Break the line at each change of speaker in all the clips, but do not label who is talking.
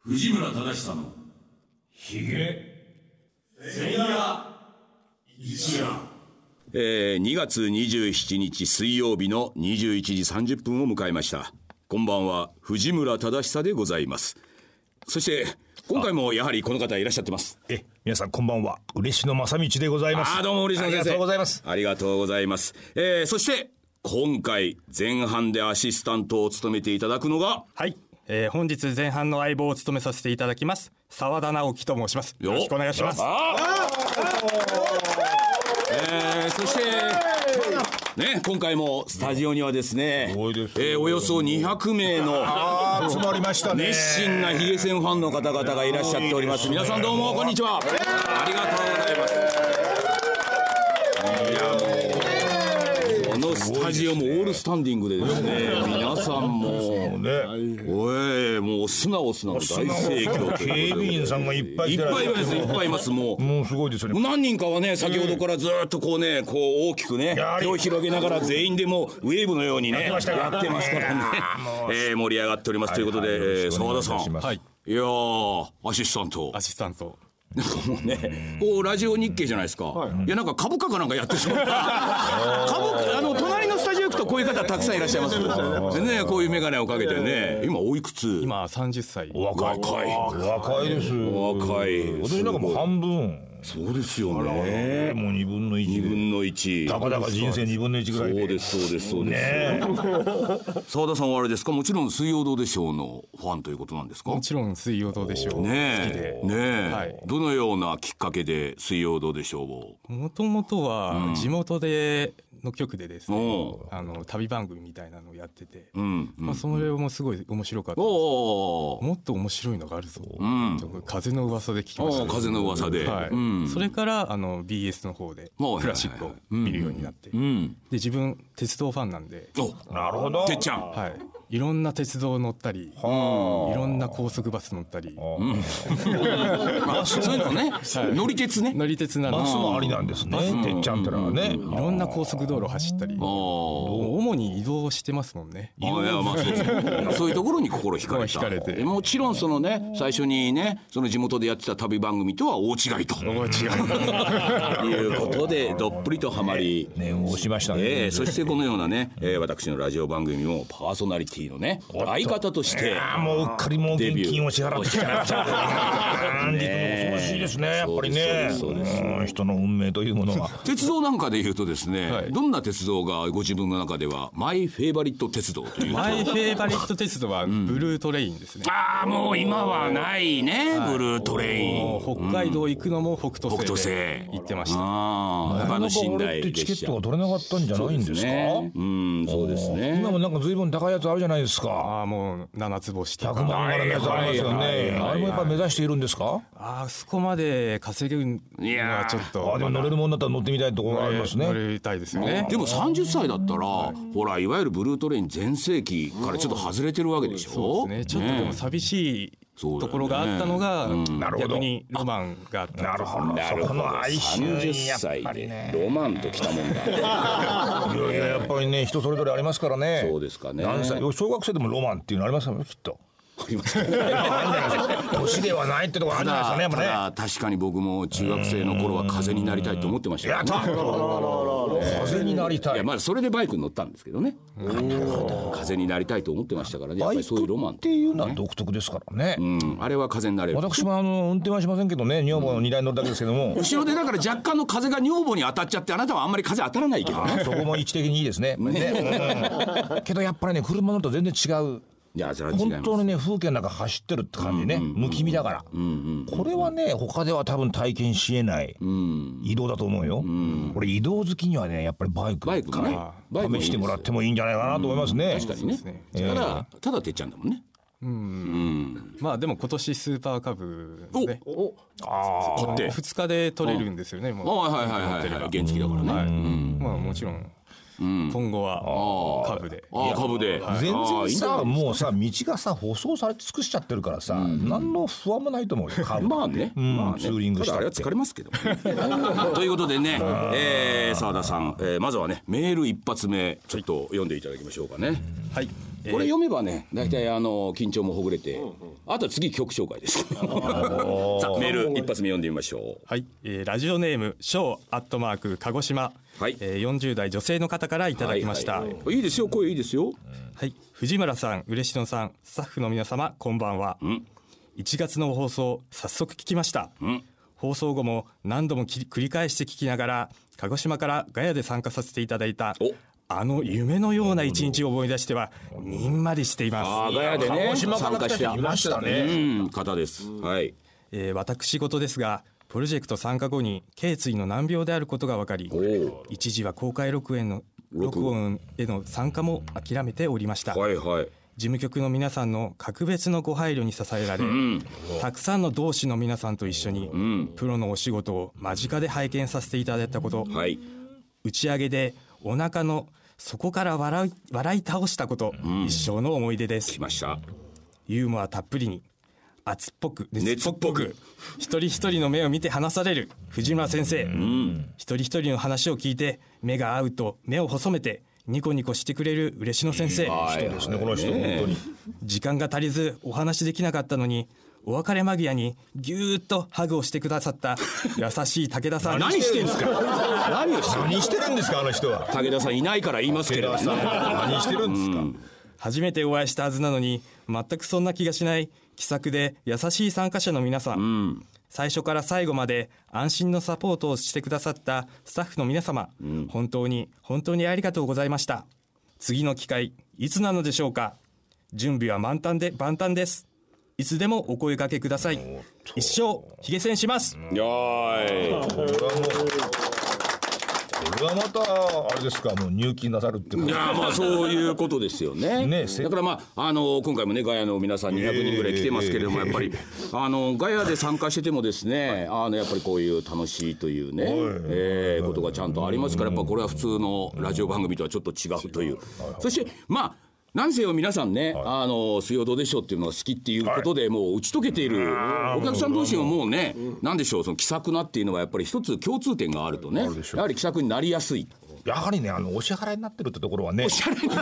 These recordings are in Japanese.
藤村忠久の
ひげ
千夜一夜えー、2月27日水曜日の21時30分を迎えましたこんばんは藤村忠久でございますそして今回もやはりこの方いらっしゃってます
え皆さんこんばんは嬉野正道でございます
あーどうも嬉野先生
ありがとうございます
ありがとうございます、えー、そして今回前半でアシスタントを務めていただくのが
はい、えー、本日前半の相棒を務めさせていただきます澤田直樹と申しますよろしくお願いします
あーえー、そしてね今回もスタジオにはですね
ごいですよ
えーおよそ200名の
あー積もりましたね
熱心なヒゲセンファンの方々がいらっしゃっております皆さんどうもこんにちはありがとうございますいやもうこのスタジオもオールスタンディングでですね皆さんも
ね
おいもう素直素直大盛況と
警
いうこと
備
で
員さんがいっぱい
いっ
てらっし
ぱいい
ゃ
ますいっぱいいますもう
もうすごいですよね
何人かはね先ほどからずーっとこうねこう大きくね
やはり
手を広げながら全員でもうウェーブのようにね
や
や
ってましたから
ってますからね
も、
えー盛り上がっておりますということ
はいはい
でえー
よ
澤
ろ
田
しくお
さ
願いし
ん
ます
はい
いやーアシスタント
アシスタント
なんかもうねこうラジオ日経じゃないですかいやなんか株価かなんかやって そう株価あの隣のスタジオ行くとこういう方たくさんいらっしゃいますよねねこういう眼鏡をかけてね今おいくつ
今30歳
お若い
若い
お若いです
お若い
私なんかもう半分
そうですよね
もう二分の一
2
で
分の1
だかだか人生二分の一ぐらい
そう
で
ですそうですそうです、澤田さんはあれですかもちろん水曜どうでしょうのファンということなんですか
も
ね
ちろん水曜どうでしょう
えねえ、
はい
どのようなきっかけで水曜どうでしょうを
もともとは地元での局でですね
お、
あの旅番組みたいなのをやってて、
うん、うん
まあ、それもすごい面白かった
お
です
お
もっと面白いのがあるぞ、
ん
と風の噂で聞きました
おー風の噂で
はい
うん
それからあの BS の方で
おー
クラシックを見るようになって、
うん
で自分鉄道ファンなんで、
お
なるほど
てっちゃん
はい、いろんな鉄道乗ったりいろんな高速バス乗ったり
あそういうのね、乗り鉄ね
乗り鉄な
バス
の
もありなんですねてっちゃんってのはね
いろんな高速道路走ったり
おー
主に移動してますもんね
あいやまあそうそうそういうところに心惹かれた
心惹かれて
もちろんそのね最初にねその地元でやってた旅番組とは大違いと
違
いうことでどっぷりとハマり、
念を押しました
ええ
ね
そしてこのようなね、えー私のラジオ番組もパーソナリティのね相方として
あーもううっかりもう現金を支払ってきたなっちゃう なんで恐ろしいですねやっぱりね
そうですそうです
うん人の運命という ものが
鉄道なんかで言うとですね、
はい
どんな鉄道がご自分の中ではマイフェイバリット鉄道という
マイフェイバリット鉄道はブルートレインですね、
ああもう今はないね、ブルートレイン
もう北海道行くのも北
北
斗
斗
星で
星
行ってました
ああやっぱあの寝
あれって
台
チ
列
ケッ
車
トが取れなかったんじゃないんですか
ねうんそうですね
今もなんか随分高いやつあるじゃないですか
ああもう七つ星と
100
か
万からのやつありますよねあれもやっぱ目指しているんですか
ああそこまで稼ぐのはちょっ
あ
と
でも乗れるもんだったら乗ってみたいところがあります
乗
ね
りたいですよね
でも30歳だったら、ほらいわゆるブルートレイン全盛期からちょっと外れてるわけでしょ、
そうですねちょっとでも寂しい
そうだよね
ところがあったのが、
なるほど
逆にロマンがあった
なるほど
な
そ
るほ
こ
ど
の哀愁
30
にやっ
歳
ぱりね
でロマンときたもんだ
いやいややっぱりね人それぞれありますからね
そうですかね
何歳小学生でもロマンっていうのありますよねきっ と年ではないってとこある
た
じゃない
だた
ですかねやっぱね
だ確かに僕も中学生の頃は風になりたいと思ってました
や
よ
った風になりた
い
い
やまあそれでバイクに乗ったんですけどね風になりたいと思ってましたからねやっぱ
バイ
りそういうロ
ク
マ
っ
ン
ていうのは独特ですからね
うんあれは風になれる
私もあの運転はしませんけどね女房の荷台に乗るだけですけ ども
後ろでだから若干の風が女房に当たっちゃってあなたはあんまり風当たらないけどね
そこも位置的にいいですね。ねうんけどやっぱりね車乗ると全然違う。
いやそれは違いま
本
す
当にね風景の中走ってるって感じねむき身だからこれはね他では多分体験しえない移動だと思うよ俺移動好きにはねやっぱりバイク
バイクもねバイクもいいで
試
す
してもらってもいいんじゃないかなと思いますね
確かにねただただてっちゃんだもんね
まあでも今年スーパーカブ
お
ね
お
あ
買って
2日で取れるんですよねもう
あはいはいはいはい原付だからね
はいまあもちろん今後はカブで
ああ株で
あ全然さもうさ道がさ舗装され尽くしちゃってるからさ何の不安もないと思うよ 株
まあね、
ん
まあね
ツーリングした
だ
っ
あれ
て
は疲れますけど。ということでね、 えー、澤田さん、えーまずはね、メール一発目、ちょっと読んでいただきましょうかね。
はい、
これ読めばね大体あの緊張もほぐれて、あと次曲紹介ですさあメール一発目読んでみましょう
はい、えーラジオネームショーアットマーク鹿児島、
はい
えー、40代女性の方からいただきまし
はい
た、
はいいいですよ声いいですよ、
はい、藤村さん、嬉野さん、スタッフの皆様、こんばんは。1月の放送、早速聞きました。放送後も何度もき繰り返して聞きながら、鹿児島からガヤで参加させていただいた
お。
あの夢のような一日を思い出しては、にんまりしてい
あ
ます。
ガヤで
鹿
ね
児島か
参加
ら来た
して
人いました
う
ね。
ん方です、はい
えー私事ですが、プロジェクト参加後に頸椎の難病であることが分かり
お、お
一時は公開録音の
録
録音への参加も諦めておりました。
はいはい
事務局の皆さんの格別のご配慮に支えられ、たくさんの同志の皆さんと一緒に、プロのお仕事を間近で拝見させていただいたこと、
はい
打ち上げでお腹の底から笑い笑い倒したこと、一生の思い出です
来ました
ユーモアたっぷりに熱っぽく
熱っぽく
一人一人の目を見て話される藤村先生、一人一人の話を聞いて目が合うと目を細めてニコニコしてくれる嬉野先生、
はい
ですねこの人本当に。
時間が足りずお話できなかったのにお別れ間際にぎゅーっとハグをしてくださ った優しい武田さん
何してんすか何をしてんの
何してるんですかあの人は。
武田さんいないから言いますけれどもね
何してるんですか。
初めてお会いしたはずなのに全くそんな気がしない気さくで優しい参加者の皆さん、最初から最後まで安心のサポートをしてくださったスタッフの皆様、本当に本当にありがとうございました次の機会いつなのでしょうか準備は満タンで万端ですいつでもお声掛けください一生ヒゲ戦します、
よーい
これはもう。これはまたあれですかもう入金なさるってこ
い
と。
やー まあそういうことですよね。
ねせ
だからまああの今回もねガヤの皆さん200人ぐらい来てますけれども、やっぱりあのガヤで参加しててもですね、あのやっぱりこういう楽しいというね、えーことがちゃんとありますからやっぱこれは普通のラジオ番組とはちょっと違うという。そしてまあなんせよ皆さんね、あの水曜どうでしょうっていうのが好きっていうことで、もう打ち解けている、お客さん同士ももうね、なんでしょう、その気さくなっていうのは、やっぱり一つ共通点があるとね、やはり気さくになりやすい。
やはりねあのお支払いになってるってところはね。
チャレンジっていうと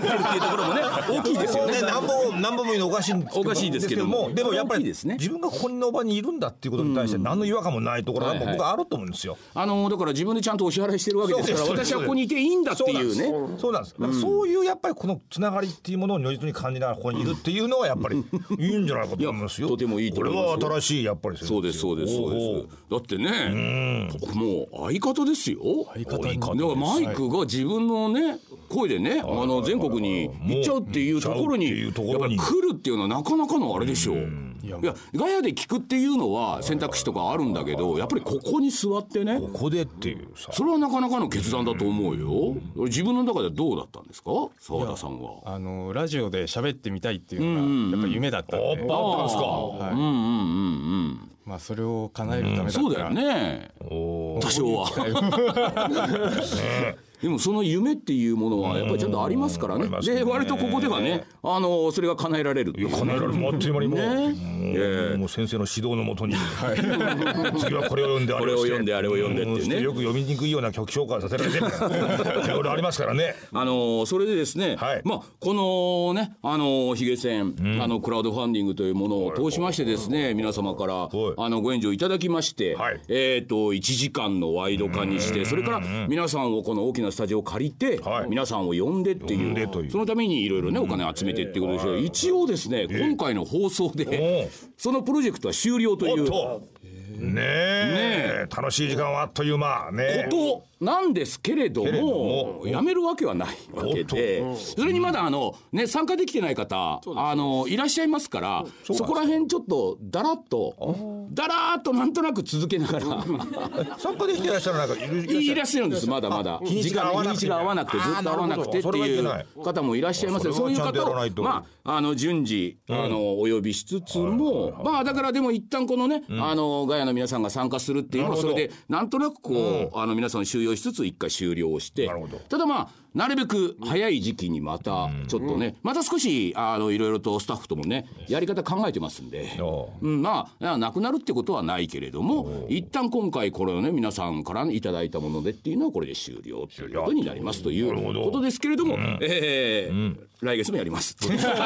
ころもね大きいですよね
ね、何本も何本も言うのおかしいんですけど
おかしいですけども
でもやっぱ
大きい
り
ですね
自分がここの場にいるんだっていうことに対して何の違和感もないところは
はいはい
僕はあると思うんですよ。
あのだから自分でちゃんとお支払いしてるわけですから
そうです
私はここにいていいんだっていうね
そうなんです。だからそういうやっぱりこのつながりっていうものを如実に感じながらここにいるっていうのはやっぱりいいんじゃないかと思いますよ。
いやとてもいいと思いますよ
これは新しいやっぱり
そうですそうですそう
お
で
ー
すだってねもう相方ですよ相方だからマイクが自分のね声でねあの全国に行っちゃうっていうところに
もう
や
行
っ
っちゃうっていうとこ
ぱ
ろ
り
に
来るっていうのはなかなかのあれでしょういやガヤで聞くっていうのは選択肢とかあるんだけどやっぱりここに座ってね
ここでっていうさ。
それはなかなかの決断だと思うよ自分の中ではどうだったんですか澤田さんは
あのラジオで喋ってみたいっていうのがやっぱ夢だったんで、
やっぱあったんですか。
まあ、それを叶えるためだったら、
そうだよね多少はでもその夢っていうものはやっぱりちゃんとありますからね
うんあります
で
ね
割とここではねあのそれが叶えられるっていう
叶えられるもうあっという間にもう,もう、
ねええ
もう先生の指導のもとに、次はこれを読んであれを
これを
して
読んであれを読んでっていうね
そしてよく読みにくいような曲紹介させられてるからいろいろありますからね
あのそれでですね、
はい
まあ、このね、あのヒゲ戦、あのクラウドファンディングというものを通しましてですね、皆様から
はい
あのご援助いただきまして、
はい
えっ、と1時間のワイド化にして、それから皆さんをこの大きなスタジオを借りて、
はい
皆さんを呼んでって
呼ん
い
で
う、
という
そのためにいろいろね、お金集めてっていうことですけど、一応ですね、今回の放送で、そのプロジェクトは終了とい
お
う。
っとねえ楽しい時間はあっという間ねえ
となんですけれど
けれど
も
も
やめるわけはないわけでそれにまだあの、ね、参加できてない方あのいらっしゃいますからそこら辺ちょっとだらっとだらーっとなんとなく続けながら
参加できていらっしゃるなんかいる
い
いら
ら
っ
っ
し
しゃるんですまだまだ
日にちが合わなく
時間日
て
にちが合わなくてずっと合わなくてっ
あーなるほど
てい
それはいけな
う方もいらっしゃいますよ
そ
そうい
れは
う
ちゃんとやら
方
ない
を
と
まああの順次あのお呼びしつつもまあだからでも一旦このねあのガヤの皆さんが参加するっていうのは
なる
そ
ほ
れ
ど
でなんとなくこうあの皆さんを収容しつつ一回終了して
なるほど
ただまあなるべく早い時期にまたちょっとね、また少しあのいろいろとスタッフともねやり方考えてますんで、
おう
うん、まあなくなるってことはないけれども一旦今回これをね皆さんからいただいたものでっていうのはこれで終了ということになりますということですけれども、えー来月もやります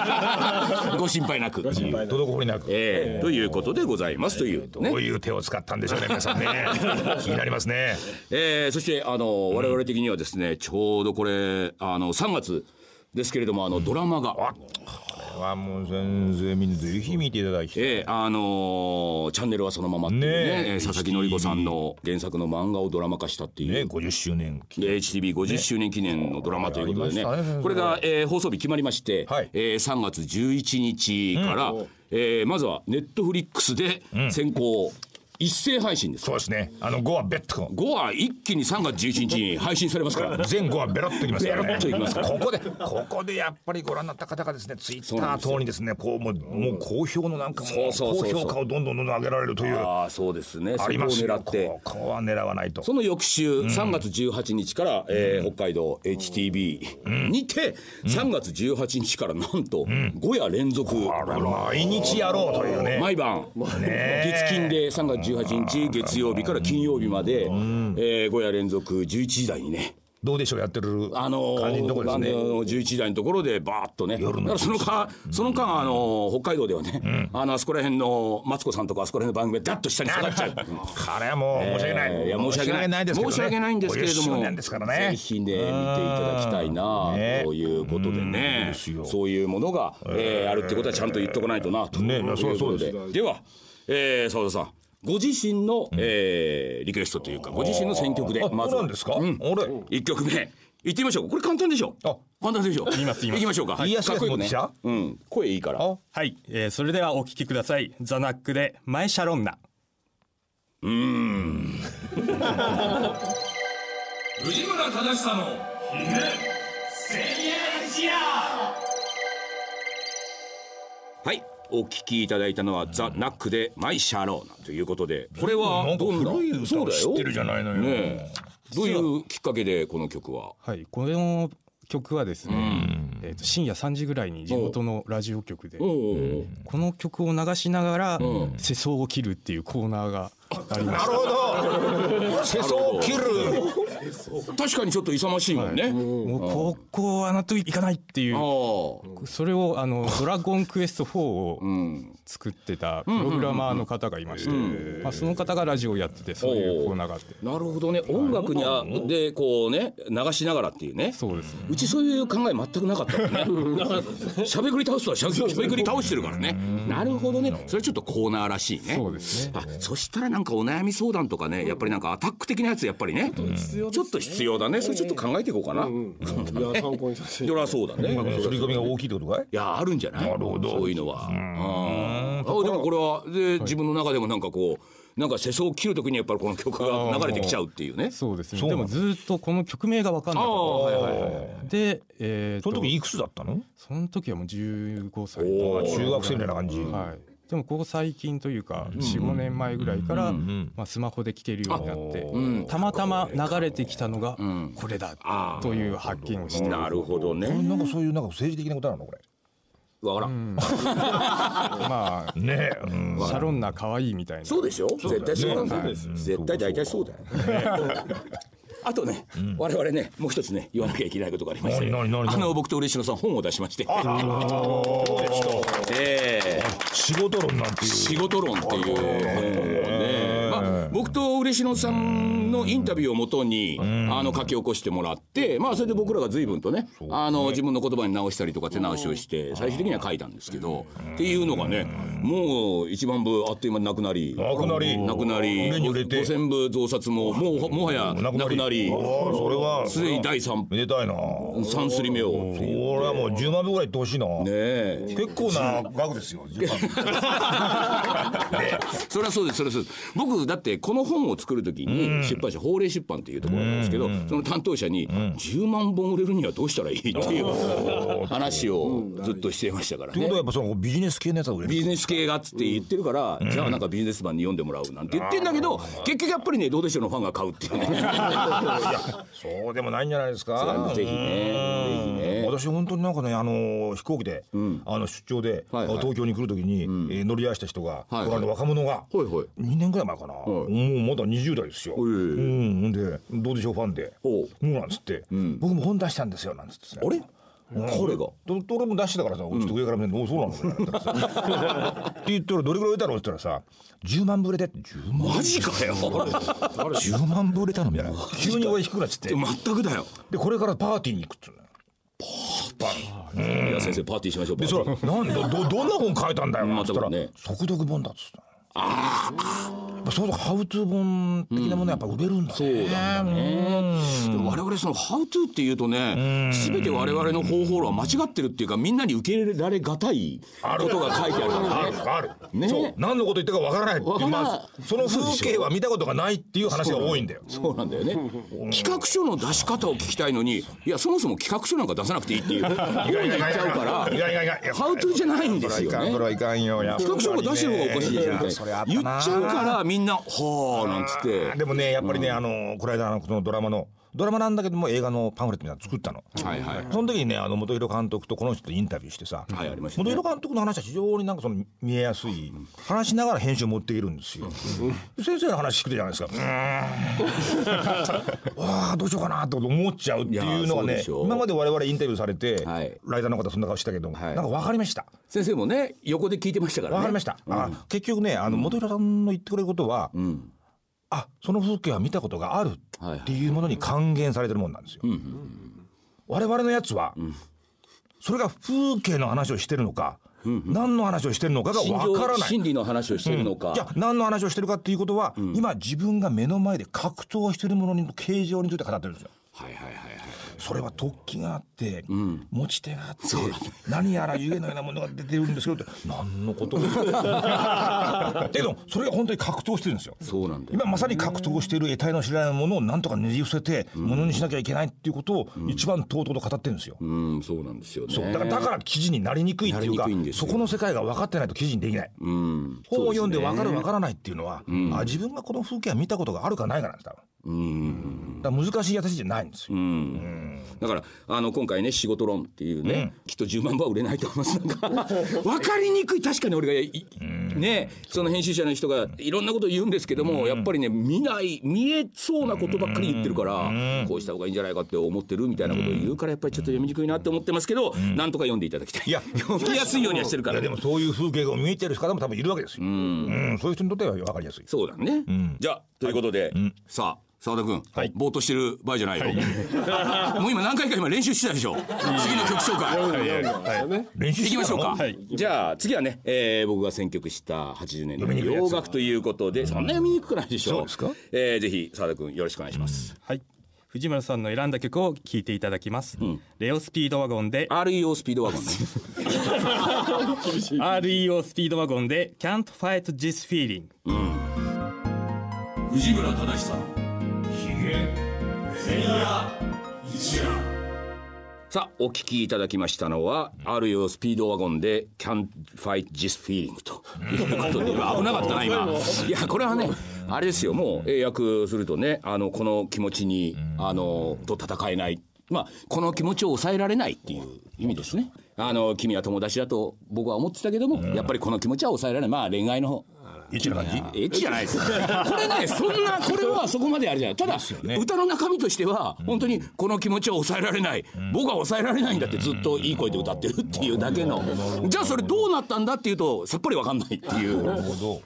ご心配なく。
滞りなく、
えーということでございますというね
どういう手を使ったんでしょ うね皆さんね気になりますね
えーそしてあの我々的にはですね、ちょうどこれあの3月ですけれどもあのドラマが、
これはもう全然みんなぜひ見ていただきたい
えーあのーチャンネルはそのままっていうね
ねえ
えー佐々木典子さんの原作の漫画をドラマ化したっていう。
ね50周年記念
HTB50 周年記念のドラマということでね
ありましたね
これが、えー放送日決まりまして、
はい
えー3月11日から、えーまずはネットフリックスで先行、一斉配信です
そうですねあの5はベッド
5話一気に3月11日に配信されます から
全5はベロッといきますからね
ベロッといきますから
ここでここでやっぱりご覧になった方がですねツイッ
うなん
ター
ですよ
等にですねこうもうもう好評のなんかも
そうそうそうそう
高評価をどんどんどんどん上げられるというあ
ああそうですね
ります
そこを狙
よ
って
ここは狙わないと
その翌週3月18日から、えー北海道 HTB にて、3月18日からなんと5夜連続、
あら毎日やろうというね
毎晩、月金で3月18日月曜日から金曜日まで、えー、5夜連続11時台にね、
どうでしょうやってる
あのー
感じのとこですね
あのー11時台のところでバーッとねだからその間その間、あのー北海道ではね、あのあそこら辺のマツコさんとかあそこら辺の番組がダッと下に下がっち ゃう。
あれはもう申し訳ない、
いや申し訳ない
ですけどね
申し訳ないんですけれど
50周
も、
年ですからね
ぜひね見ていただきたいな
ね
ということでね、
ですよ
そういうものが、えーあるってことはちゃんと言っとかないとなと
ねいやそう
いうことで、
そ
では、えー、澤田さん。ご自身の、えーリクエストというかご自身の選曲で
あ
まず
そうなんですか、
うん
あれ
一曲目いってみましょうこれ簡単でしょ
あ
簡単でしょ言います行きましょうか
言いやすい
か
や
っ
つ
こいいよ
持
ね
ってきた
うん声いいから
あ
はい、えーそれではお聞きくださいザナックでマイシャロンナ
藤村忠久のはいお聞きいただいたのは、ザ・ナックでマイ・シャローナということでこれ
な
は
んか
どんな
古い歌を知ってるじゃないのよ
そうだよねえどういうきっかけでこの曲は
はいこの曲はですね、えーと深夜3時ぐらいに地元のラジオ局で
おお
この曲を流しながら世相を切るっていうコーナーがありま
な
し
るほ ど世相を切る
確かにちょっと勇ましいもんね、
たもう高校は納得いかないっていう
あ
それをあの「ドラゴンクエスト4」を
あうん
作ってたプログラマーの方がいまして、まあ、その方がラジオをやっててそういうコーナーがあって
なるほどね音楽にあでこうね流しながらっていうね
そうですね
うちそういう考え全くなかったもん ねだからしゃべくり倒すとはしゃしゃべくり倒してるからねなるほどねそれちょっとコーナーらしいね
そうですね
あそしたらなんかお悩み相談とかねやっぱりなんかアタック的なやつやっぱりねちょっと必要だねそれちょっと考えていこうかな
いや参考にさ
そ
せて
れはそうだね
音楽の刷り込みが大きいってことかい
いやあるんじゃない
なるほど
そういうのはうんあでもこれはで、自分の中でもなんかこうなんか世相を切る時にやっぱりこの曲が流れてきちゃうっていうね
そうです
そう
ねで
なの
もずっとこの曲名が分かんな
あ
か
あはいはいはい
ったで、えー
そ
と
の時いくつだったの
その時はもう15歳
おー
中学生みたいな感じ、
はい、でもここ最近というか45年前ぐらいから、まあ、スマホで聴けるようになって、たまたま流れてきたのがこれだ
あー
という発見をして
なるほどね
なんかそういうなんか政治的なことなのこれ
わからん
まあ
ねえ、うん
シャロンナ可愛いみたいな
そうでしょ絶対そうなんだよ、絶対大体そうだよあとね、我々ねもう一つね言わなきゃいけないことがありまして
何何何
あの僕と嬉野さん本を出しまして えー
仕事論なんていう
仕事論っていうね、まあ、僕と嬉野さんのインタビューをもとに、あの書き起こしてもらって、まあ、それで僕らが随分とねあの自分の言葉に直したりとか手直しをして最終的には書いたんですけどっていうのがねもう一万部あっという間になくなり
なくなり
なくなり
目に売れて
5000部増刷ももうもはやなくなり
ああそれは
すでに第3
めでたいな
三すり目を
それはもう10万部ぐらいいってほしいな、
ねえ
結構な額ですよ10万部
そりゃそうですそりゃそうです僕だってこの本を作る時に出版社法令出版っていうところなんですけどその担当者に10万本売れるにはどうしたらいいっていう話をずっとしていましたから
てこ
ね
とはやっぱそのビジネス系のやつは売れる
ビジネス系がっつって言ってるから、じゃあなんかビジネスマンに読んでもらうなんて言ってんだけど、結局やっぱりねどうでしょうのファンが買う っていうね
そうでもないんじゃないですか
ぜひねぜひね
私本当になんかねあの飛行機で、あの出張で、
はいはい
東京に来るときに、えー乗り合いした人が、
はいはい
僕あの若者が、
ほいほい
2年ぐらい前かな、もうまだ20代ですよ、
い
うんほんで「どうでしょうファンで」
おう
うんなんつって、僕も本出したんですよ」なんつってさ
あれ彼が
とと俺も出してたからさ、ちょっと上から見て「おうそうなの?」って言ったらさ って言ったら「どれぐらい売れたの?」って言ったらさ「10万部売れて」って10万
マジかよ
10万部売れたのみたいな急に俺低くなっちゃって
全くだよ
でこれからパーティーに行くっつうのよ
いや先生パーティーしましょう
でそら「なんだどどんな本書いたんだよ」
まあ
っつったら
多分ね
「速読本だ」っつったのやっぱそうそうハウツー本的なものはやっぱ売れるんだね、そうだね
でも我々その「How to」っていうとね全て我々の方法論は間違ってるっていうかみんなに受け入れられがたいことが書いてあるからね
あるある、
ね
そう何のこと言ってるかわからないって
わ
い
から
う、
ない
まあ、その風景は見たことがないっていう話が多いんだよ
そうなんだよね企画書の出し方を聞きたいのにいやそもそも企画書なんか出さなくていいっていう方に行っちゃうから
いやいやいやいや
How to じゃないんですよね
それはいかんよやっぱり
企
ね
画書も出してる方がおかしいでしょみたい
それ
な
あったな
言っちゃうからみんな「はあ」なんつって
でもねやっぱりね、あのこの間のこのドラマのドラマなんだけども映画のパンフレットみたいなの作ったの、
はいはい
その時にねあの元弘監督とこの人とインタビューしてさ、
はいありましたね
元弘監督の話は非常になんかその見えやすい話しながら編集を持っていけるんですよ、先生の話聞くじゃないですかうーんわあどうしようかなと思っちゃうっていうのが
いやそうで
ね
しょう
今まで我々インタビューされて、
はい
ライターの方そんな顔してたけども、
はい
なんか分かりました
先生もね横で聞いてましたからね
わかりました。あ結局ね、あの元弘さんの言ってくれることは、あその風景は見たことがある
はい
っていうものに還元されてるもんなんですよ。我々のやつは、それが風景の話をしてるのか、何の話をしてるのかが
心
わ
情
からない。
心理の話をしてるのか、
じゃあ何の話をしてるかっていうことは、今自分が目の前で格闘してるものの形状について語ってるんですよ。
はいはいはいはい
それは突起があって、持ち手があって、何やら湯気のようなものが出てるんですけどって 何のことだけどそれが本当に格闘してるんですよ
そうなんだよ
今まさに格闘している得体の知らないものをなんとかねじ伏せてものにしなきゃいけないっていうことを一番とうとうと語ってるんですよ、
うんそうなんですよね
だからだから記事になりにくいっていう
な
か
りにくいんですよ
そこの世界が分かってないと記事にできない、
うん
本を読んで分かる分からないっていうのはあ自分がこの風景は見たことがあるかないかなんです多分
うん
だから難しいやつじゃないんですよ
だからあの今回ね「仕事論」っていうね、きっと10万部は売れないと思いますなんか 分かりにくい確かに俺がいねその編集者の人がいろんなことを言うんですけどもやっぱりね見ない見えそうなことばっかり言ってるからこうした方がいいんじゃないかって思ってるみたいなことを言うからやっぱりちょっと読みにくいなって思ってますけどなんとか読んでいただきたい
いや
読みやすいようにはしてるか
いや
ら
でもそういう風景を見えてる方も多分いるわけですよ。うん、そういう人にとっては分かりやすい。
そうだね、じゃあということで、さあ澤田君、ぼーっとしてる場合じゃないよ、もう今何回か今練習してたでし ょ次の曲紹介、
練習
行きましょうか、
はい。
じゃあ次はね、えー僕が選曲した80年代の
読みにくいや
洋
つ
楽ということでそんな読みにくくないでしょ
そうですか
えーぜひ澤田君よろしくお願いします、
はい藤村さんの選んだ曲を聴いていただきます、レオスピードワゴンで
REO スピードワゴンね
REO スピードワゴンで Can't Fight This Feeling
藤村忠さんさあお聞きいただきましたのは「REO スピードワゴン」で「Can't Fight This Feeling」ということで危なかったな今いやこれはねあれですよもう英訳するとねあのこの気持ちにあのと戦えないまあこの気持ちを抑えられないっていう意味ですねあの君は友達だと僕は思ってたけどもやっぱりこの気持ちは抑えられないまあ恋愛の
一な感じ。
エッチじゃないですよこれねそんなこれはそこまであれじゃないただ、歌の中身としては本当にこの気持ちは抑えられない、僕は抑えられないんだってずっといい声で歌ってるっていうだけの、じゃあそれどうなったんだっていうとさっぱりわかんないっていう、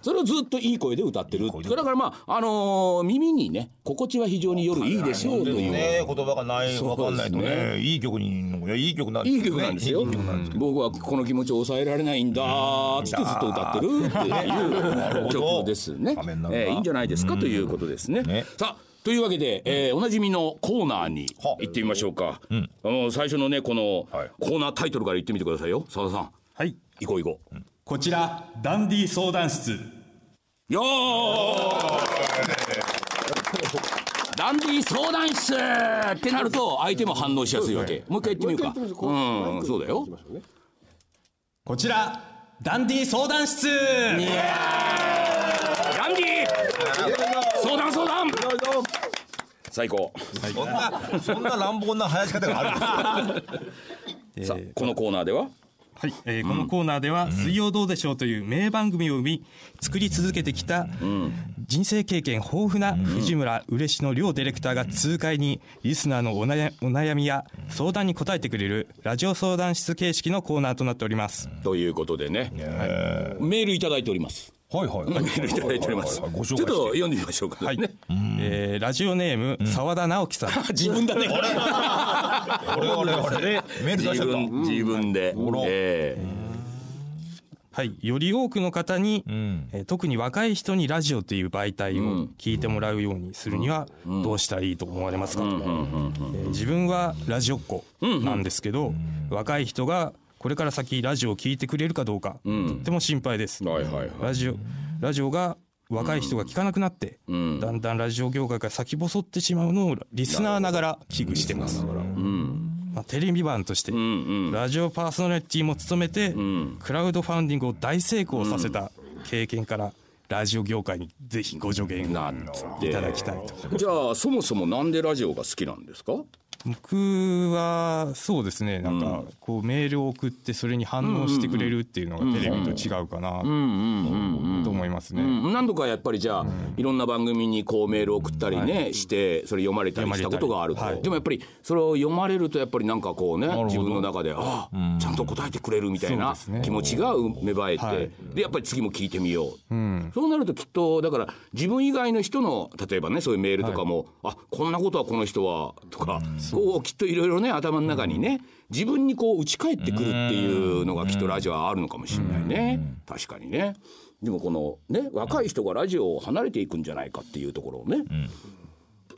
それをずっといい声で歌ってるだからまああのー耳にね心地は非常に夜いいでしょうという。
ね、言葉がない、わかんないと
そうです
ね、いい曲に、いや、いい曲なんです
いい
けど
曲
ね
なんですよ。
いい曲なんですけど
僕はこの気持ちを抑えられないんだーっつってずっと歌ってるっていう
ほど
曲ですね
仮面。ライダー
えーいいんじゃないですかということですね
ね。
さあというわけで、えーおなじみのコーナーに行ってみましょうか。あの最初のねこの
はい
コーナータイトルから言ってみてくださいよ。澤田さん、
はい
行こう行こう。
こちらダンディ相談室
よーダンディ相談室ってなると相手も反応しやすいわけ、もう一回言ってみようかうんそうだよ
こちらダンディ相談室
ダンディ相談相談最高
そんな、 そんな乱暴な生やし方があるんですか
さあこのコーナーでは
はい、えーこのコーナーでは「水曜どうでしょう」という名番組を生み作り続けてきた人生経験豊富な藤村嬉野両ディレクターが痛快にリスナーのお悩お悩みや相談に答えてくれるラジオ相談室形式のコーナーとなっております
ということでね、メールいただいております
はいはいは
メールいただいておりますちょ
はい
っ
はいご
と
紹介して
読んでみましょうかね、
えーラジオネーム澤田直樹さん
自分だね
これはね、あれ、メール出
自
しちゃった。
分自分で、ええ
はい、より多くの方に、えー特に若い人にラジオという媒体を聞いてもらうようにするにはどうしたらいいと思われますかと、えー自分はラジオっ子なんですけど、若い人がこれから先ラジオを聞いてくれるかどうか、とっても心配です、
はいはいはい
ラジオラジオが若い人が聞かなくなって、だんだんラジオ業界が先細ってしまうのをリスナーながら危惧してます、まあ、テレビ版として、ラジオパーソナリティも務めて、クラウドファンディングを大成功させた経験から、ラジオ業界にぜひご助言を
なんつって
いただきたいと
じゃあそもそもなんでラジオが好きなんですか
僕はそうですねなんかこうメールを送ってそれに反応してくれるっていうのがテレビと違うかなと思いますね。
うん何度かやっぱりじゃあ、いろんな番組にこうメール送ったりね、してそれ読まれたりしたことがあると、
読まれたりはい
でもやっぱりそれを読まれるとやっぱりなんかこうね自分の中でああ、ちゃんと答えてくれるみたいな
そうですね
気持ちが芽生えて、
はい
でやっぱり次も聞いてみよう、そうなるときっとだから自分以外の人の例えばねそういうメールとかも、あこんなことはこの人はとか、こうきっといろいろね頭の中にね自分にこう打ち返ってくるっていうのがきっとラジオはあるのかもしれないね、確かにねでもこのね若い人がラジオを離れていくんじゃないかっていうところをね、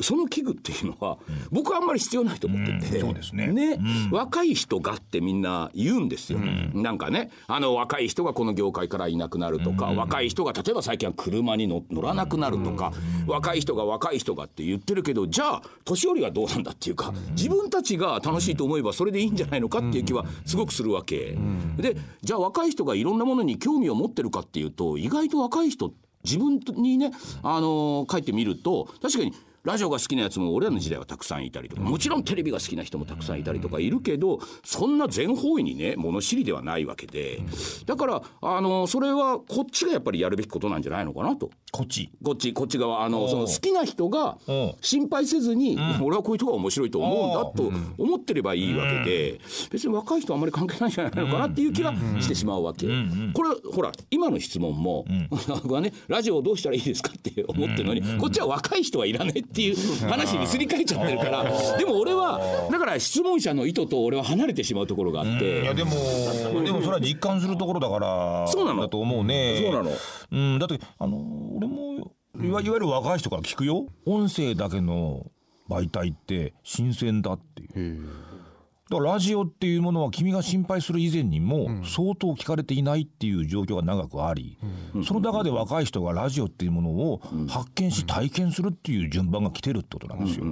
その器具っていうのは、僕はあんまり必要ないと思ってて、
うんそうですね
若い人がってみんな言うんですよ、なんかねあの若い人がこの業界からいなくなるとか、若い人が例えば最近は車に乗乗らなくなるとか、若い人が若い人がって言ってるけどじゃあ年寄りはどうなんだっていうか、自分たちが楽しいと思えばそれでいいんじゃないのかっていう気はすごくするわけ、でじゃあ若い人がいろんなものに興味を持ってるかっていうと意外と若い人って自分にね、あのー書いてみると確かにラジオが好きなやつも俺らの時代はたくさんいたりとかもちろんテレビが好きな人もたくさんいたりとかいるけどそんな全方位にね物知りではないわけでだから、あのーそれはこっちがやっぱりやるべきことなんじゃないのかなと。
こっち。
こっちこっち側あのその好きな人が
おう
心配せずに、俺はこういうとこが面白いと思うんだと思ってればいいわけで、別に若い人はあんまり関係ないんじゃないのかなっていう気がしてしまうわけ、これほら今の質問も、僕はねラジオどうしたらいいですかって思ってるのに、こっちは若い人はいらないっていう話にすり替えちゃってるから、でも俺はだから質問者の意図と俺は離れてしまうところがあって。
いやでも、でもそれは実感するところだから、
そうなの
だと思うね。
そうなの
うん、だって、あの、俺も、いわいわゆる若い人から聞くよ。音声だけの媒体って新鮮だっていう。だからラジオっていうものは君が心配する以前にも相当聞かれていないっていう状況が長くあり、その中で若い人がラジオっていうものを発見し体験するっていう順番が来てるってことなんですよ。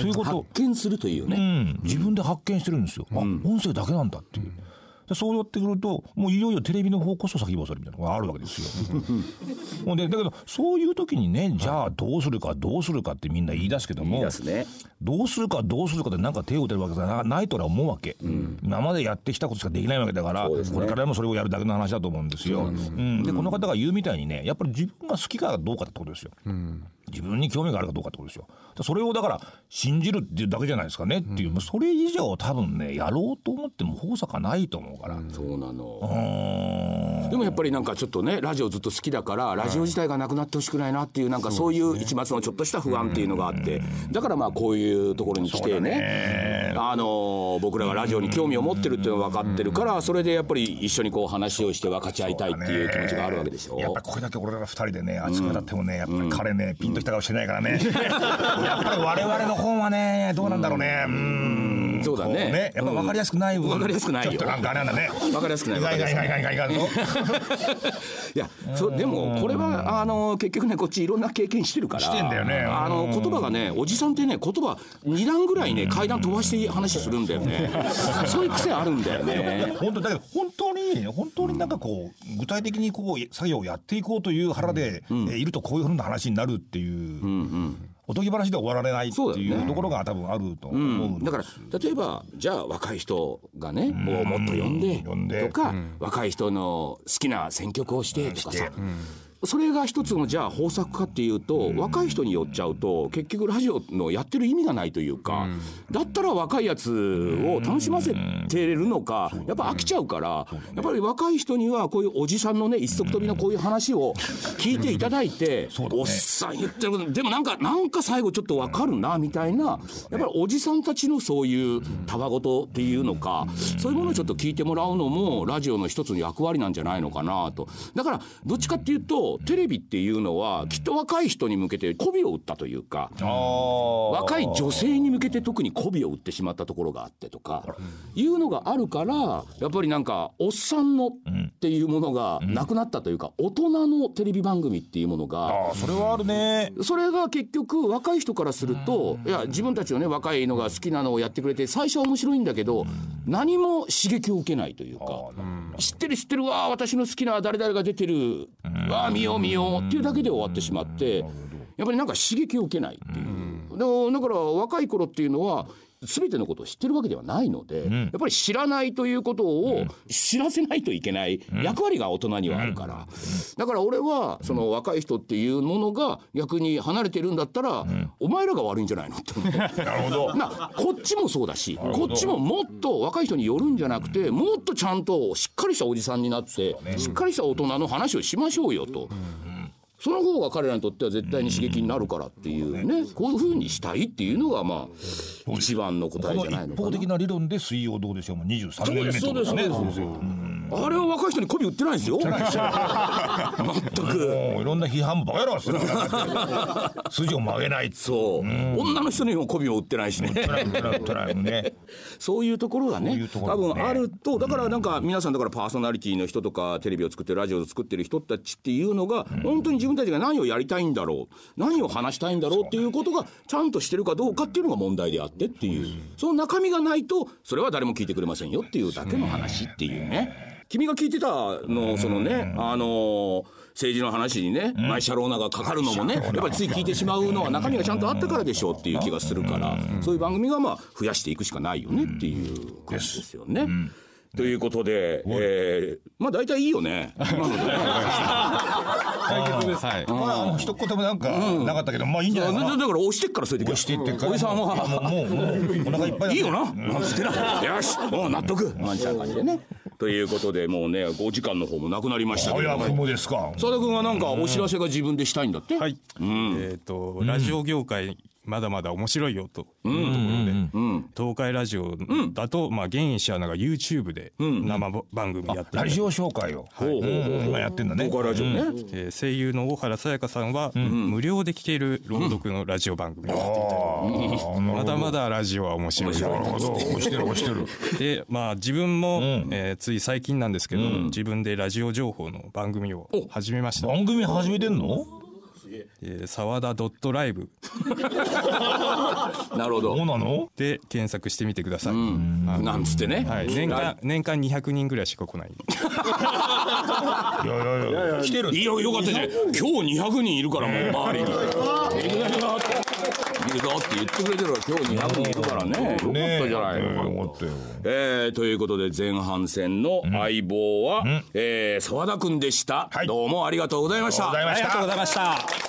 ということ
発見するというね、
うん、自分で発見してるんですよ、あ音声だけなんだっていう、でそうやってくるともういよいよテレビの方こそ先細りみたいなのがあるわけです よ。もうでだけどそういう時にねじゃあどうするかどうするかってみんな言い出すけども
いいですね
どうするかどうするかでなんか手を打てるわけじゃなないとは思うわけ、今までやってきたことしかできないわけだから、
そうですね
これからもそれをやるだけの話だと思うんですよ。うんでこの方が言うみたいにねやっぱり自分が好きかどうかってことですよ。自分に興味があるかどうかってことですよ。だそれをだから信じるっていうだけじゃないですかねっていう、もうそれ以上多分ねやろうと思っても方策がないと思うから。
そうなの、
うん
でもやっぱりなんかちょっとねラジオずっと好きだからラジオ自体がなくなってほしくないなっていうなんかそういう一抹のちょっとした不安っていうのがあってだからまあこういうところに来てねあのー僕らがラジオに興味を持ってるっていうのは分かってるからそれでやっぱり一緒にこう話をして分かち合いたいっていう気持ちがあるわけでしょ。
やっぱりこれだけ俺ら二人でね熱く語ってもねやっぱり彼ねピンときた顔してないからねやっぱり我々の本はねどうなんだろうねうんうん
そうだね
こやっぱ分かりやすくない分
分かりやすくないよ
ちょっとなんかあれなんだね
分かりやすくない
意外意外意外意外意外ぞ
いやそでもこれはあの結局ねこっちいろんな経験してるから
してんだよね
あの言葉がねおじさんってね言葉2段ぐらいね階段飛ばして話するんだよねそういう癖あるんだよね
本当だけど本当に本当になんかこう具体的にこう作業をやっていこうという腹で、えーいるとこういうふうな話になるっていう、おとぎ話では終わられないって
そうだ
い
よ
う
ね
ところが多分あると思うんで
だから例えばじゃあ若い人がねもうもっと呼んで
呼んで
とか若い人の好きな選曲をしてとかさそれが一つのじゃあ方策かっていうと若い人に寄っちゃうと結局ラジオのやってる意味がないというかだったら若いやつを楽しませてるのかやっぱ飽きちゃうからやっぱり若い人にはこういうおじさんのね一足飛びのこういう話を聞いていただいて
そうだね
おっさん言ってることでもなんかなんか最後ちょっとわかるなみたいなやっぱりおじさんたちのそういうたわごとっていうのかそういうものをちょっと聞いてもらうのもラジオの一つの役割なんじゃないのかなとだからどっちかっていうとテレビっていうのはきっと若い人に向けて媚びを打ったというか若い女性に向けて特に媚びを打ってしまったところがあってとかいうのがあるからやっぱりなんかおっさんのっていうものがなくなったというか大人のテレビ番組っていうものが
ああそれはあるね
それが結局若い人からするといや自分たちのね若いのが好きなのをやってくれて最初は面白いんだけど何も刺激を受けないというか知ってる知ってるわあ私の好きな誰々が出てるわあ見よう見ようっていうだけで終わってしまってやっぱりなんか刺激を受けないっていうだからだから若い頃っていうのは全てのことを知ってるわけではないので、やっぱり知らないということを知らせないといけない役割が大人にはあるから、だから俺はその若い人っていうものが逆に離れてるんだったら、お前らが悪いんじゃないのって思って
なるほど
なこっちもそうだしこっちももっと若い人によるんじゃなくてもっとちゃんとしっかりしたおじさんになって、しっかりした大人の話をしましょうよと。その方が彼らにとっては絶対に刺激になるからっていうね、こういうふうにしたいっていうのがまあ一番の
こ
答え
の
じゃないの
一
かな
方的な理論で水曜どうでしょうも23年目って
そ
こ
う
と
ですそう
だね
ですそうですあれは若い人に媚び売ってないですよ全く
もういろんな批判ばやら する筋を曲げないっつ
そう女の人にも媚びを売ってないしね
トライトライトライね
そういうところがね
そういうとこ
多
ろがね
分あるとだからなんか皆さんだからパーソナリティの人とかテレビを作ってるラジオを作ってる人たちっていうのが本当に自分たちが何をやりたいんだろう何を話したいんだろうっていうことがちゃんとしてるかどうかっていうのが問題であってっていうその中身がないとそれは誰も聞いてくれませんよっていうだけの話っていうね。君が聞いてたのそのねあの政治の話にね前社ローナがかかるのもねやっぱりつい聞いてしまうのは中身がちゃんとあったからでしょうっていう気がするからそういう番組がまあ増やしていくしかないよねっていう感じですよね。ということで、えー、まあ大体いいよね。今の でね
解決です。はい。
まああの一言もなんかなかったけどまあいいんじゃ
だ
ない
だ
かな
だから押してっからそうやって
押していってっから
おじさんは
もうもうお腹いっぱいだ
いいよな、なんつってな、よし、もう納得、なんちゃう感じでね。ということで、もうね、5時間の方もなくなりましたけど
早
も、
くもですか
佐田君はなんかお知らせが自分でしたいんだって、
はい。えっと、ラジオ業界、まだまだ面白いよというところで、東海ラジオだと、まあ、現石アナが YouTube で生ぼ番組やって
ラ
る
ジオ紹介を
ほうほうほう
今やってんだね
東海ラジオね、
えー声優の大原さやかさんは、無料で聴ける朗読のラジオ番組をやっていたり、まだまだラジオは面白いよ
なるほど押してる 押してる
で、まあ、自分も、えーつい最近なんですけど、自分でラジオ情報の番組を始めました。
番組始めてんの
えー、沢田ドットライブ
なるほ
そう
ど、
なの
で検索してみてください。
なんつってね、
はい、年間年間200人ぐらいしか来ない。
いやいやいや来てる
いやよかったじゃない今日200人いるからもう周りにいるぞって言ってくれてるから今日200人いるからねよかったじゃないの
思ったよ
えーということで前半戦の相棒は、えー、沢田君でした、
はい
どうもありがとうございました
ありがとうございました
ました。